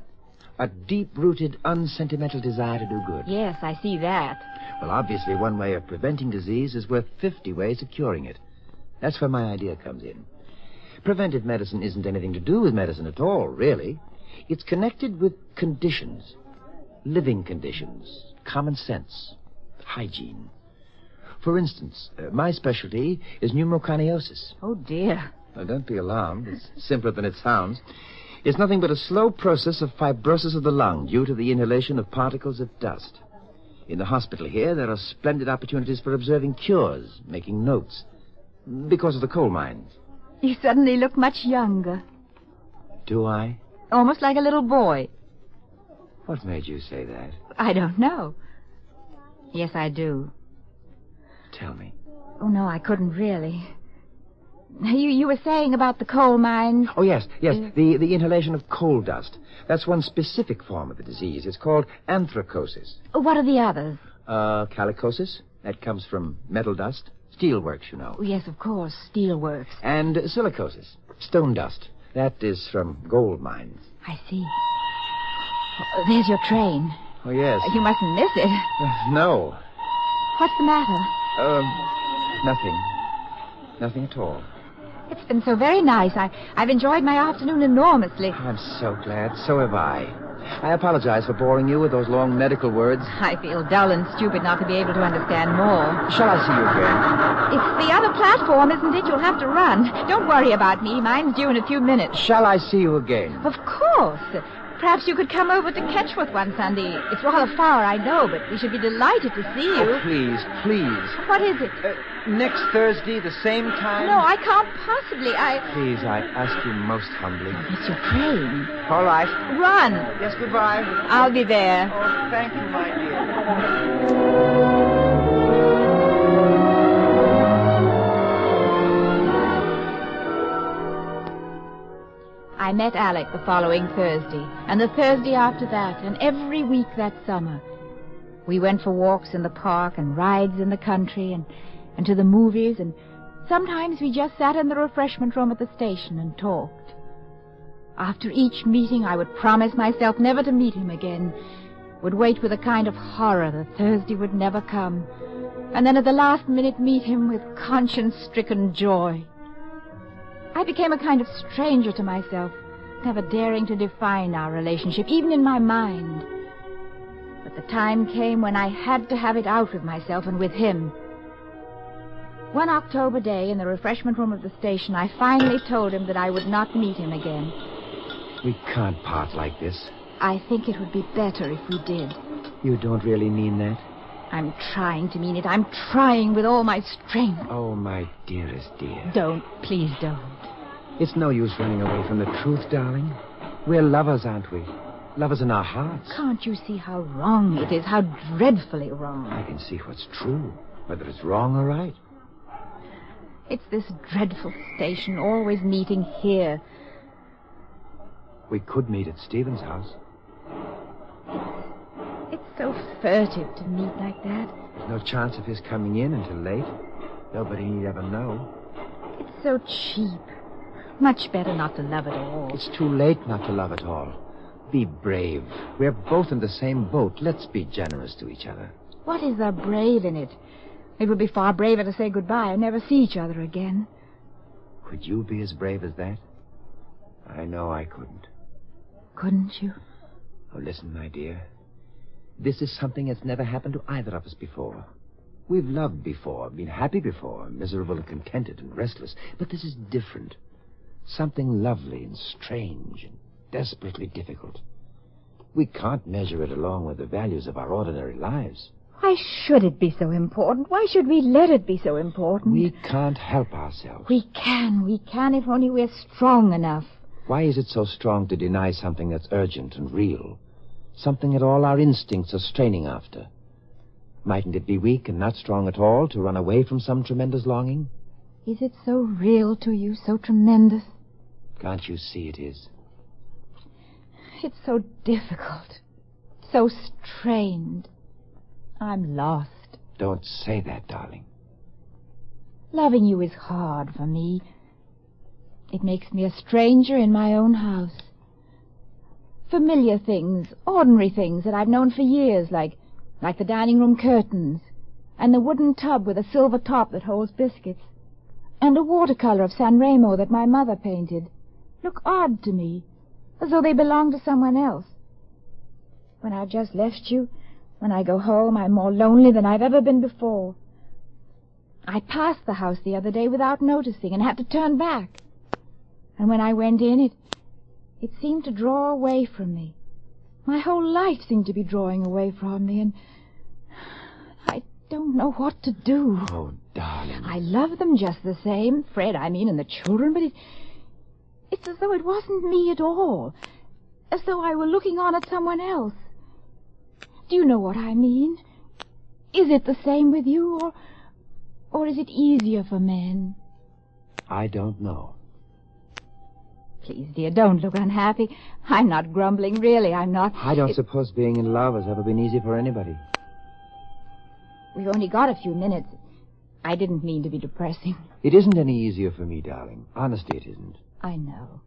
a deep rooted, unsentimental desire to do good.
Yes, I see that.
Well, obviously, one way of preventing disease is worth 50 ways of curing it. That's where my idea comes in. Preventive medicine isn't anything to do with medicine at all, really. It's connected with conditions, living conditions, common sense, hygiene. For instance, uh, my specialty is pneumoconiosis.
Oh, dear.
Now, don't be alarmed. It's simpler than it sounds. It's nothing but a slow process of fibrosis of the lung due to the inhalation of particles of dust. In the hospital here, there are splendid opportunities for observing cures, making notes, because of the coal mines.
You suddenly look much younger.
Do I?
Almost like a little boy.
What made you say that?
I don't know. Yes, I do.
Tell me.
Oh, no, I couldn't really. You, you were saying about the coal mines.
Oh, yes, yes, the, the inhalation of coal dust. That's one specific form of the disease. It's called anthracosis.
What are the others?
Uh, calicosis. That comes from metal dust. Steelworks, you know.
Oh, yes, of course, steelworks.
And silicosis, stone dust. That is from gold mines.
I see. Oh, There's your train.
Oh, yes.
You mustn't miss it.
No.
What's the matter?
Um, nothing. Nothing at all.
It's been so very nice. I, I've enjoyed my afternoon enormously.
I'm so glad. So have I. I apologize for boring you with those long medical words.
I feel dull and stupid not to be able to understand more.
Shall I see you again?
It's the other platform, isn't it? You'll have to run. Don't worry about me. Mine's due in a few minutes.
Shall I see you again?
Of course. Perhaps you could come over to Ketchworth one Sunday. It's rather far, I know, but we should be delighted to see
Oh,
you.
please, please. Uh,
What is it?
Next Thursday, the same time.
No, I can't possibly. I.
Please, I ask you most humbly.
Oh, It's your train.
All right.
Run.
Yes, goodbye.
I'll be there.
Oh, thank you, my dear.
I met Alec the following Thursday, and the Thursday after that, and every week that summer. We went for walks in the park and rides in the country and, and to the movies, and sometimes we just sat in the refreshment room at the station and talked. After each meeting, I would promise myself never to meet him again, would wait with a kind of horror that Thursday would never come, and then at the last minute meet him with conscience stricken joy. I became a kind of stranger to myself, never daring to define our relationship, even in my mind. But the time came when I had to have it out with myself and with him. One October day in the refreshment room of the station, I finally told him that I would not meet him again.
We can't part like this.
I think it would be better if we did.
You don't really mean that?
I'm trying to mean it. I'm trying with all my strength.
Oh, my dearest dear.
Don't, please don't.
It's no use running away from the truth, darling. We're lovers, aren't we? Lovers in our hearts.
Can't you see how wrong it is, how dreadfully wrong?
I can see what's true, whether it's wrong or right.
It's this dreadful station, always meeting here.
We could meet at Stephen's house.
It's so furtive to meet like that.
There's no chance of his coming in until late. Nobody need ever know.
It's so cheap. Much better not to love at all.
It's too late not to love at all. Be brave. We're both in the same boat. Let's be generous to each other.
What is there brave in it? It would be far braver to say goodbye and never see each other again.
Could you be as brave as that? I know I couldn't.
Couldn't you?
Oh, listen, my dear. This is something that's never happened to either of us before. We've loved before, been happy before, miserable and contented and restless, but this is different. Something lovely and strange and desperately difficult. We can't measure it along with the values of our ordinary lives.
Why should it be so important? Why should we let it be so important?
We can't help ourselves.
We can, we can if only we're strong enough.
Why is it so strong to deny something that's urgent and real? Something that all our instincts are straining after? Mightn't it be weak and not strong at all to run away from some tremendous longing?
Is it so real to you, so tremendous?
Can't you see it is?
It's so difficult, so strained. I'm lost.
Don't say that, darling.
Loving you is hard for me. It makes me a stranger in my own house. Familiar things, ordinary things that I've known for years, like like the dining room curtains, and the wooden tub with a silver top that holds biscuits, and a watercolor of San Remo that my mother painted, look odd to me, as though they belonged to someone else. When I've just left you, when I go home, I'm more lonely than I've ever been before. I passed the house the other day without noticing and had to turn back. And when I went in, it, it seemed to draw away from me. My whole life seemed to be drawing away from me, and I don't know what to do.
Oh, darling.
I love them just the same, Fred, I mean, and the children, but it, it's as though it wasn't me at all. As though I were looking on at someone else. Do you know what I mean? Is it the same with you, or, or is it easier for men?
I don't know.
Please, dear, don't look unhappy. I'm not grumbling, really, I'm not.
I don't suppose being in love has ever been easy for anybody.
We've only got a few minutes. I didn't mean to be depressing. <laughs>
It isn't any easier for me, darling. Honestly, it isn't.
I know.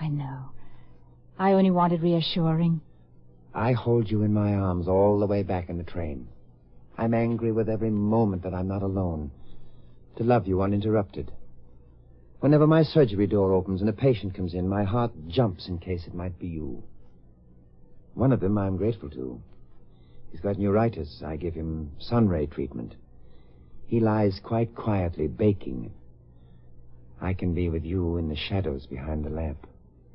I know. I only wanted reassuring.
I hold you in my arms all the way back in the train. I'm angry with every moment that I'm not alone. To love you uninterrupted. Whenever my surgery door opens and a patient comes in, my heart jumps in case it might be you. One of them I'm grateful to. He's got neuritis. I give him sunray treatment. He lies quite quietly, baking. I can be with you in the shadows behind the lamp.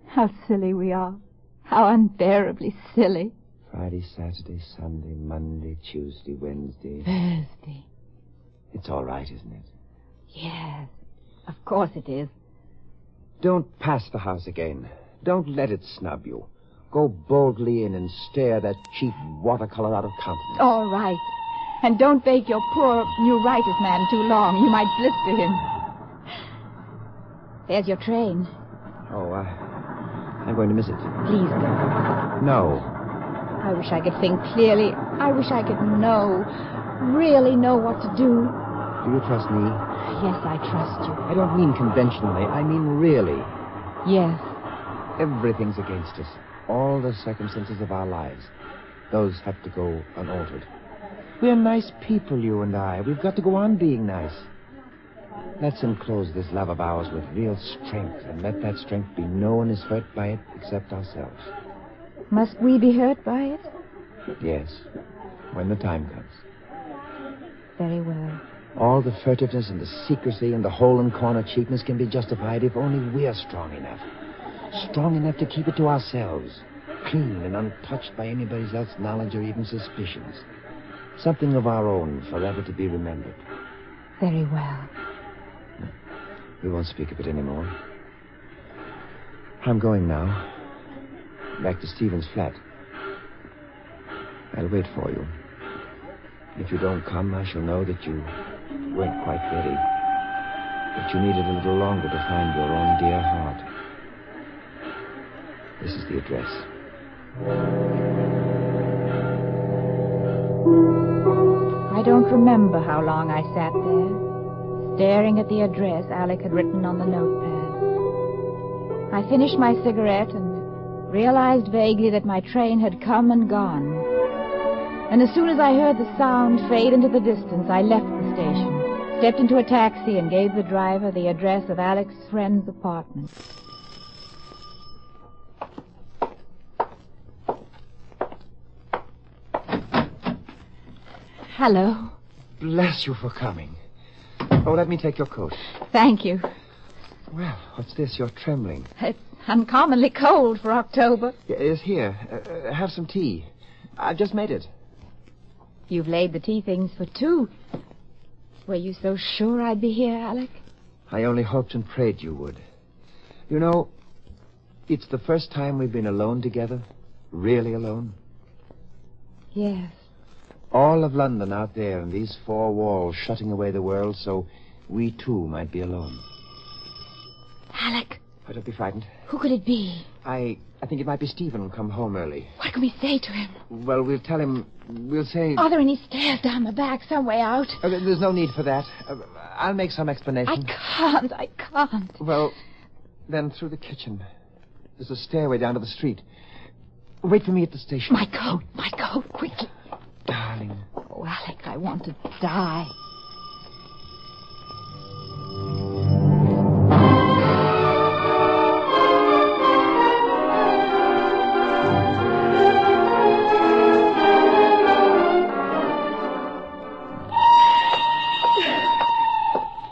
How silly we are. How unbearably silly.
Friday, Saturday, Sunday, Monday, Tuesday, Wednesday.
Thursday.
It's all right, isn't it?
Yes, of course it is.
Don't pass the house again. Don't let it snub you. Go boldly in and stare that cheap watercolor out of countenance.
All right. And don't bake your poor neuritis man too long. You might blister him. There's your train.
Oh, I, I'm going to miss it.
Please go.
No.
I wish I could think clearly. I wish I could know, really know what to do.
Do you trust me?
Yes, I trust you.
I don't mean conventionally. I mean really.
Yes.
Everything's against us. All the circumstances of our lives. Those have to go unaltered. We're nice people, you and I. We've got to go on being nice. Let's enclose this love of ours with real strength and let that strength be no one is hurt by it except ourselves.
Must we be hurt by it?
Yes, when the time comes.
Very well.
All the furtiveness and the secrecy and the hole and corner cheapness can be justified if only we're strong enough. Strong enough to keep it to ourselves, clean and untouched by anybody else's knowledge or even suspicions. Something of our own forever to be remembered.
Very well.
We won't speak of it anymore. I'm going now. Back to Stephen's flat. I'll wait for you. If you don't come, I shall know that you weren't quite ready. That you needed a little longer to find your own dear heart. This is the address.
I don't remember how long I sat there, staring at the address Alec had written on the notepad. I finished my cigarette and realized vaguely that my train had come and gone. And as soon as I heard the sound fade into the distance, I left the station, stepped into a taxi, and gave the driver the address of Alec's friend's apartment. Hello.
Bless you for coming. Oh, let me take your coat.
Thank you.
Well, what's this? You're trembling.
It's uncommonly cold for October.
Yeah, It's here. Uh, uh, have some tea. I've just made it.
You've laid the tea things for two. Were you so sure I'd be here, Alec?
I only hoped and prayed you would. You know, it's the first time we've been alone together. Really alone.
Yes.
All of London out there and these four walls shutting away the world so we too might be alone.
Alec,
Oh, don't be frightened.
who could it be?
I, I think it might be Stephen come home early.
What can we say to him?
Well, we'll tell him. We'll say.
Are there any stairs down the back, some way out?
Uh, there- there's no need for that. Uh, I'll make some explanation.
Can't, I can't.
Well, then through the kitchen. There's a stairway down to the street. Wait for me at the station. My
coat, my coat, quickly.
Darling.
Oh, Alec, I want to die.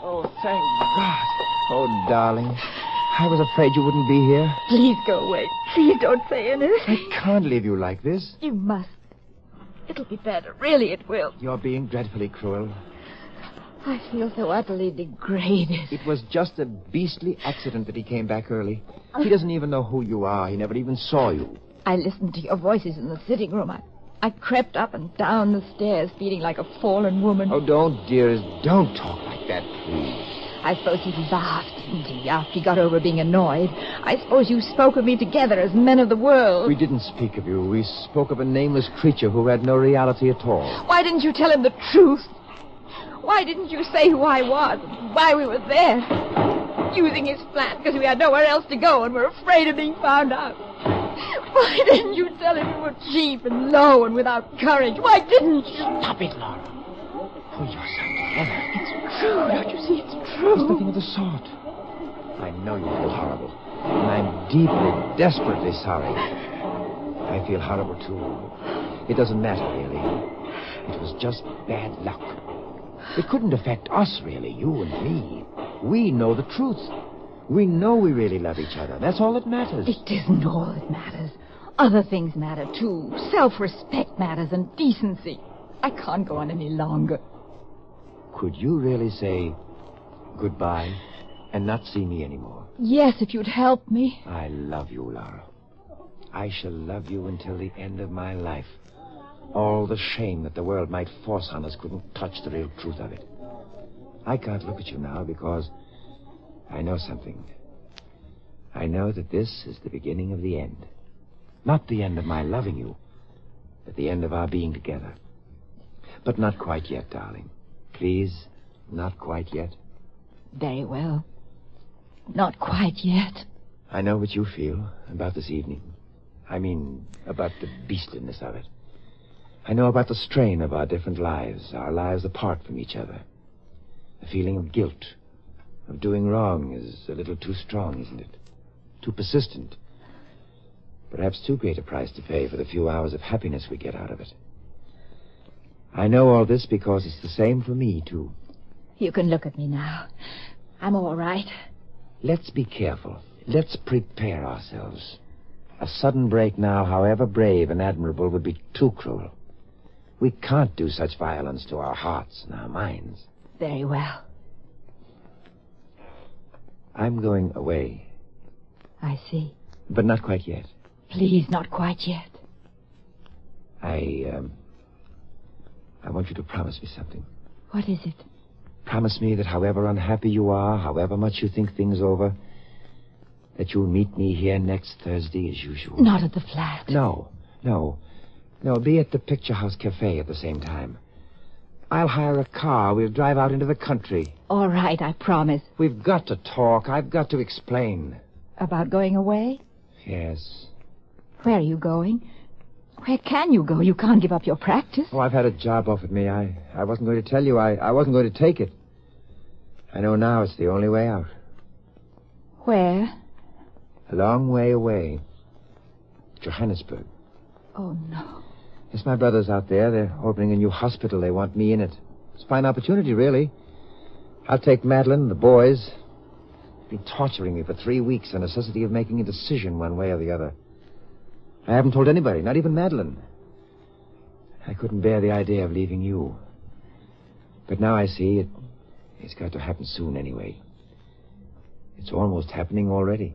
Oh, thank God. Oh, darling. I was afraid you wouldn't be here.
Please go away. Please don't say anything.
I can't leave you like this.
You must. It'll be better. Really, it will.
You're being dreadfully cruel.
I feel so utterly degraded.
It was just a beastly accident that he came back early. He doesn't even know who you are. He never even saw you.
I listened to your voices in the sitting room. I, I crept up and down the stairs, feeling like a fallen woman.
Oh, don't, dearest. Don't talk like that, please.
I suppose he laughed, didn't he, after he got over being annoyed. I suppose you spoke of me together as men of the world.
We didn't speak of you. We spoke of a nameless creature who had no reality at all.
Why didn't you tell him the truth? Why didn't you say who I was, and why we were there? Using his flat because we had nowhere else to go and were afraid of being found out. Why didn't you tell him we were cheap and low and without courage? Why didn't you?
Stop it, Laura. Pull yourself together. It's
true, don't you see? It's true.
It's nothing of the sort.
I know you feel horrible. And I'm deeply, desperately sorry. I feel horrible, too. It doesn't matter, really. It was just bad luck. It couldn't affect us, really, you and me. We know the truth. We know we really love each other. That's all that matters.
It isn't all that matters. Other things matter too. Self respect matters and decency. I can't go on any longer.
Could you really say goodbye and not see me anymore?
Yes, if you'd help me.
I love you, Laura. I shall love you until the end of my life. All the shame that the world might force on us couldn't touch the real truth of it. I can't look at you now because I know something. I know that this is the beginning of the end. Not the end of my loving you, but the end of our being together. But not quite yet, darling. Please, not quite yet.
Very well. Not quite yet.
I know what you feel about this evening. I mean, about the beastliness of it. I know about the strain of our different lives, our lives apart from each other. The feeling of guilt, of doing wrong, is a little too strong, isn't it? Too persistent. Perhaps too great a price to pay for the few hours of happiness we get out of it. I know all this because it's the same for me, too.
You can look at me now. I'm all right.
Let's be careful. Let's prepare ourselves. A sudden break now, however brave and admirable, would be too cruel. We can't do such violence to our hearts and our minds.
Very well.
I'm going away,
I see.
but not quite yet.
Please, not quite yet.
I, um, I want you to promise me something.
What is it?
Promise me that however unhappy you are, however much you think things over, that you'll meet me here next Thursday as usual.
Not at the flat.
No, no. No, be at the Picture House Cafe at the same time. I'll hire a car. We'll drive out into the country.
All right, I promise.
We've got to talk. I've got to explain.
About going away?
Yes.
Where are you going? Where can you go? You can't give up your practice.
Oh, I've had a job offered me. I, I wasn't going to tell you. I, I wasn't going to take it. I know now it's the only way out.
Where?
A long way away. Johannesburg.
Oh, no.
Yes, my brother's out there. They're opening a new hospital. They want me in it. It's a fine opportunity, really. I'll take Madeline and the boys. They've been torturing me for three weeks, the necessity of making a decision one way or the other. I haven't told anybody, not even Madeline. I couldn't bear the idea of leaving you. But now I see it, it's got to happen soon anyway. It's almost happening already.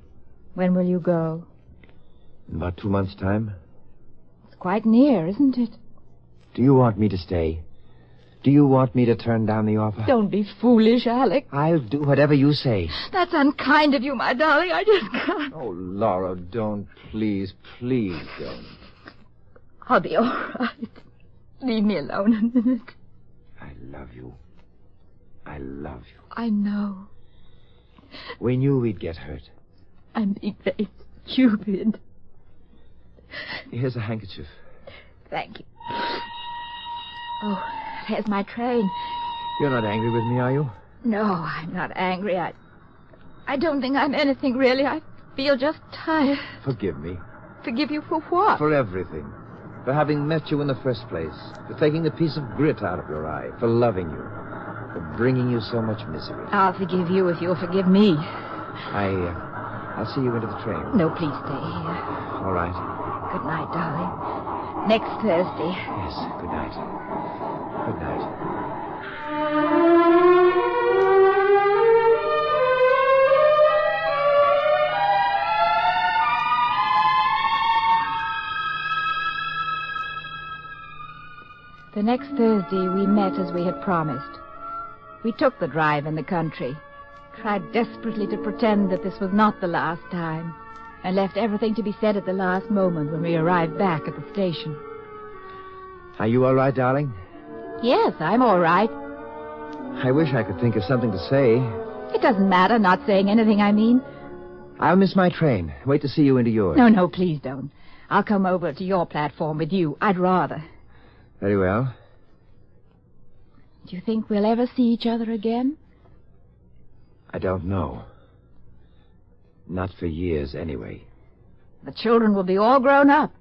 When will you go?
In about two months' time.
It's quite near, isn't it?
Do you want me to stay? Do you want me to turn down the offer?
Don't be foolish, Alec.
I'll do whatever you say.
That's unkind of you, my darling. I just can't.
Oh, Laura, don't. Please, please don't.
I'll be all right. Leave me alone a minute.
I love you. I love you.
I know.
We knew we'd get hurt.
I'm being very stupid.
Here's a handkerchief.
Thank you. Oh, there's my train.
You're not angry with me, are you?
No, I'm not angry. I, I don't think I'm anything really. I feel just tired.
Forgive me.
Forgive you for what?
For everything. For having met you in the first place. For taking the piece of grit out of your eye. For loving you. For bringing you so much misery.
I'll forgive you if you'll forgive me.
I, uh, I'll see you into the train.
No, please stay here.
All right.
Good night, darling. Next Thursday.
Yes, good night. Good night.
The next Thursday, we met as we had promised. We took the drive in the country, tried desperately to pretend that this was not the last time, and left everything to be said at the last moment when we arrived back at the station.
Are you all right, darling?
Yes, I'm all right.
I wish I could think of something to say.
It doesn't matter, not saying anything, I mean.
I'll miss my train. Wait to see you into yours.
No, no, please don't. I'll come over to your platform with you. I'd rather.
Very well.
Do you think we'll ever see each other again?
I don't know. Not for years, anyway.
The children will be all grown up.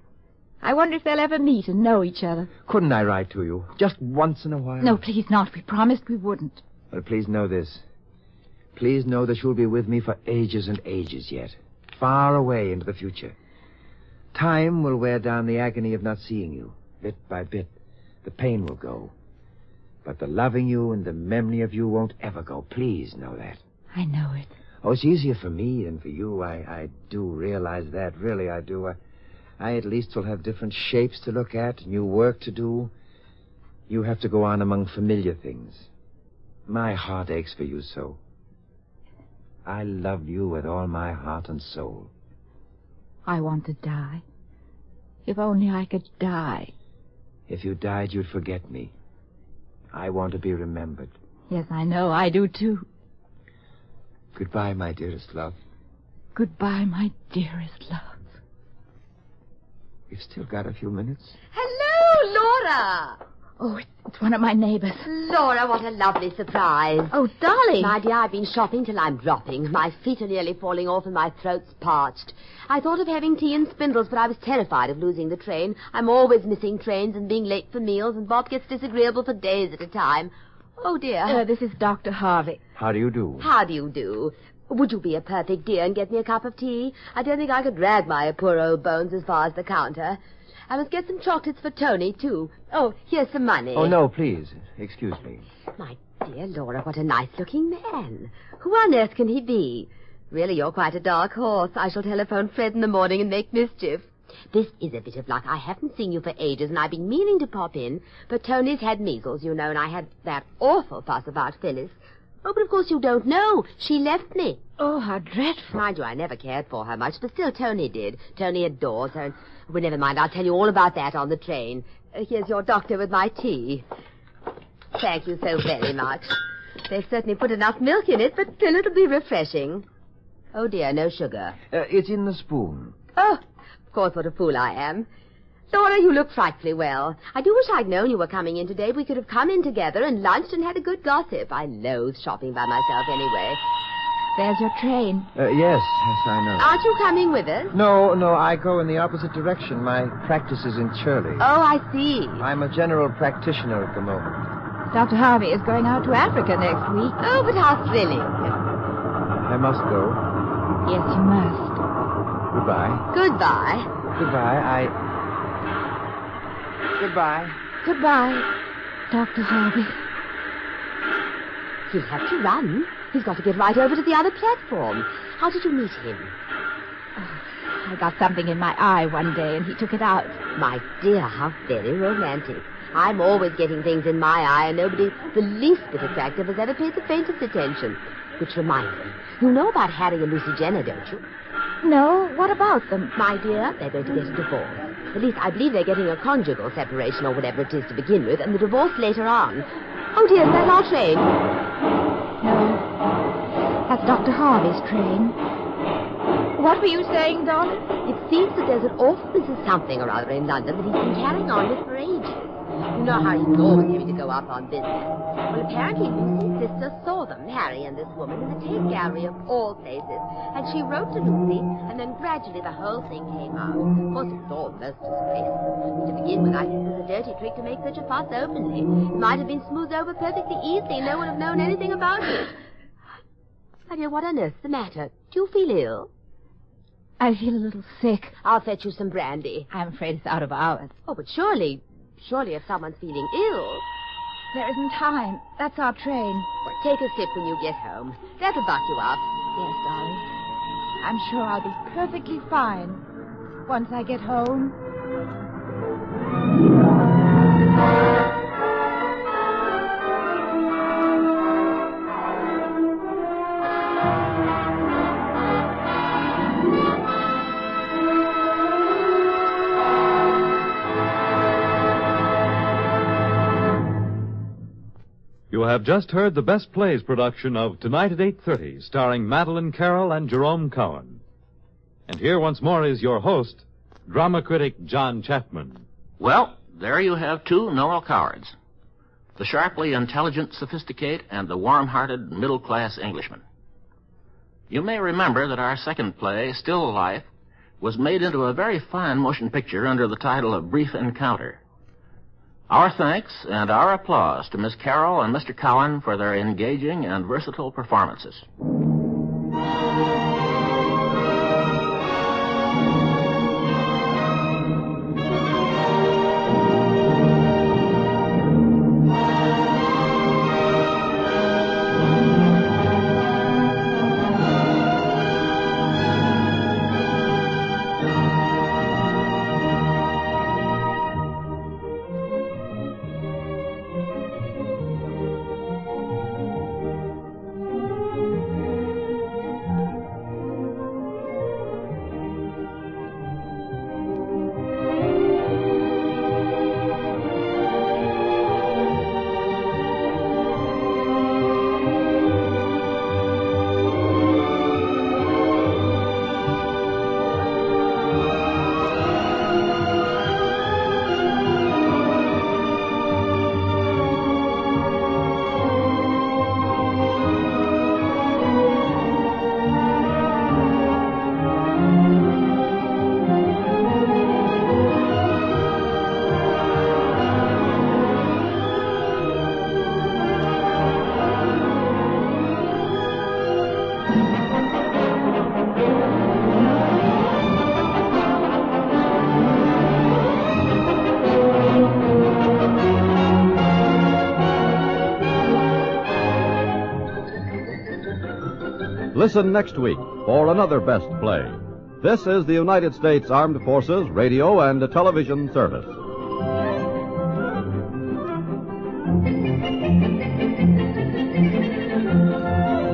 I wonder if they'll ever meet and know each other.
Couldn't I write to you? Just once in a while?
No, please not. We promised we wouldn't.
Well, please know this. Please know that you'll be with me for ages and ages yet. Far away into the future. Time will wear down the agony of not seeing you. Bit by bit, the pain will go. But the loving you and the memory of you won't ever go. Please know that.
I know it.
Oh, it's easier for me than for you. I, I do realize that. Really, I do. I, I at least will have different shapes to look at, new work to do. You have to go on among familiar things. My heart aches for you so. I love you with all my heart and soul.
I want to die. If only I could die.
If you died, you'd forget me. I want to be remembered.
Yes, I know. I do too.
Goodbye, my dearest love.
Goodbye, my dearest love.
We've still got a few minutes.
Hello, Laura.
Oh, it's, it's one of my neighbors.
Laura, what a lovely surprise.
Oh, darling.
My dear, I've been shopping till I'm dropping. My feet are nearly falling off and my throat's parched. I thought of having tea and spindles, but I was terrified of losing the train. I'm always missing trains and being late for meals, and Bob gets disagreeable for days at a time. Oh, dear.
Uh, this is Dr. Harvey.
How do you do?
How do you do? Would you be a perfect dear and get me a cup of tea? I don't think I could drag my poor old bones as far as the counter. I must get some chocolates for Tony, too. Oh, here's some money.
Oh, no, please. Excuse me.
My dear Laura, what a nice looking man. Who on earth can he be? Really, you're quite a dark horse. I shall telephone Fred in the morning and make mischief. This is a bit of luck. I haven't seen you for ages, and I've been meaning to pop in, but Tony's had measles, you know, and I had that awful fuss about Phyllis. Oh, but of course you don't know. She left me.
Oh, how dreadful.
Mind you, I never cared for her much, but still Tony did. Tony adores her. Well, never mind. I'll tell you all about that on the train. Uh, here's your doctor with my tea. Thank you so very much. They've certainly put enough milk in it, but still it'll be refreshing. Oh, dear, no sugar.
Uh, it's in the spoon.
Oh, of course, what a fool I am. Laura, you look frightfully well. I do wish I'd known you were coming in today. We could have come in together and lunched and had a good gossip. I loathe shopping by myself anyway.
There's your train.
Uh, yes, yes, I know.
Aren't you coming with us?
No, no, I go in the opposite direction. My practice is in Churley.
Oh, I see.
I'm a general practitioner at the moment.
Dr. Harvey is going out to Africa next week.
Oh, but how thrilling.
I must go.
Yes, you must.
Goodbye.
Goodbye.
Goodbye. I. Goodbye.
Goodbye, Dr. Harvey.
He'll have to run. He's got to get right over to the other platform. How did you meet him?
Oh, I got something in my eye one day, and he took it out.
My dear, how very romantic. I'm always getting things in my eye, and nobody the least bit attractive has ever paid the faintest attention. Which reminds me, you know about Harry and Lucy Jenner, don't you?
No, what about them?
My dear, they're going to get a divorce. At least I believe they're getting a conjugal separation or whatever it is to begin with, and the divorce later on. Oh dear, that's our train.
No, that's Dr. Harvey's train. What were you saying, darling?
It seems that there's an awfulness of something or other in London that he's been carrying on with for ages. You know how he's always having to go up on business. Well, apparently Lucy's sister saw them, Harry and this woman, in the Tate Gallery of all places. And she wrote to Lucy, and then gradually the whole thing came out. Of course, it was all most disgraceful. To begin with, I think it was a dirty trick to make such a fuss openly. It might have been smoothed over perfectly easily. No one would have known anything about it. My dear, what on earth's the matter? Do you feel ill?
I feel a little sick.
I'll fetch you some brandy.
I'm afraid it's out of hours.
Oh, but surely Surely if someone's feeling ill.
There isn't time. That's our train.
Well, take a sip when you get home. That'll buck you up.
Yes, darling. I'm sure I'll be perfectly fine once I get home.
You have just heard the Best Plays production of Tonight at 8:30, starring Madeline Carroll and Jerome Cowan. And here once more is your host, drama critic John Chapman.
Well, there you have two Noel Cowards. the sharply intelligent sophisticate and the warm hearted middle class Englishman. You may remember that our second play, Still Life, was made into a very fine motion picture under the title of Brief Encounter. Our thanks and our applause to Miss Carroll and Mr. Cowan for their engaging and versatile performances.
Listen next week for another best play. This is the United States Armed Forces Radio and Television Service.
Thank you.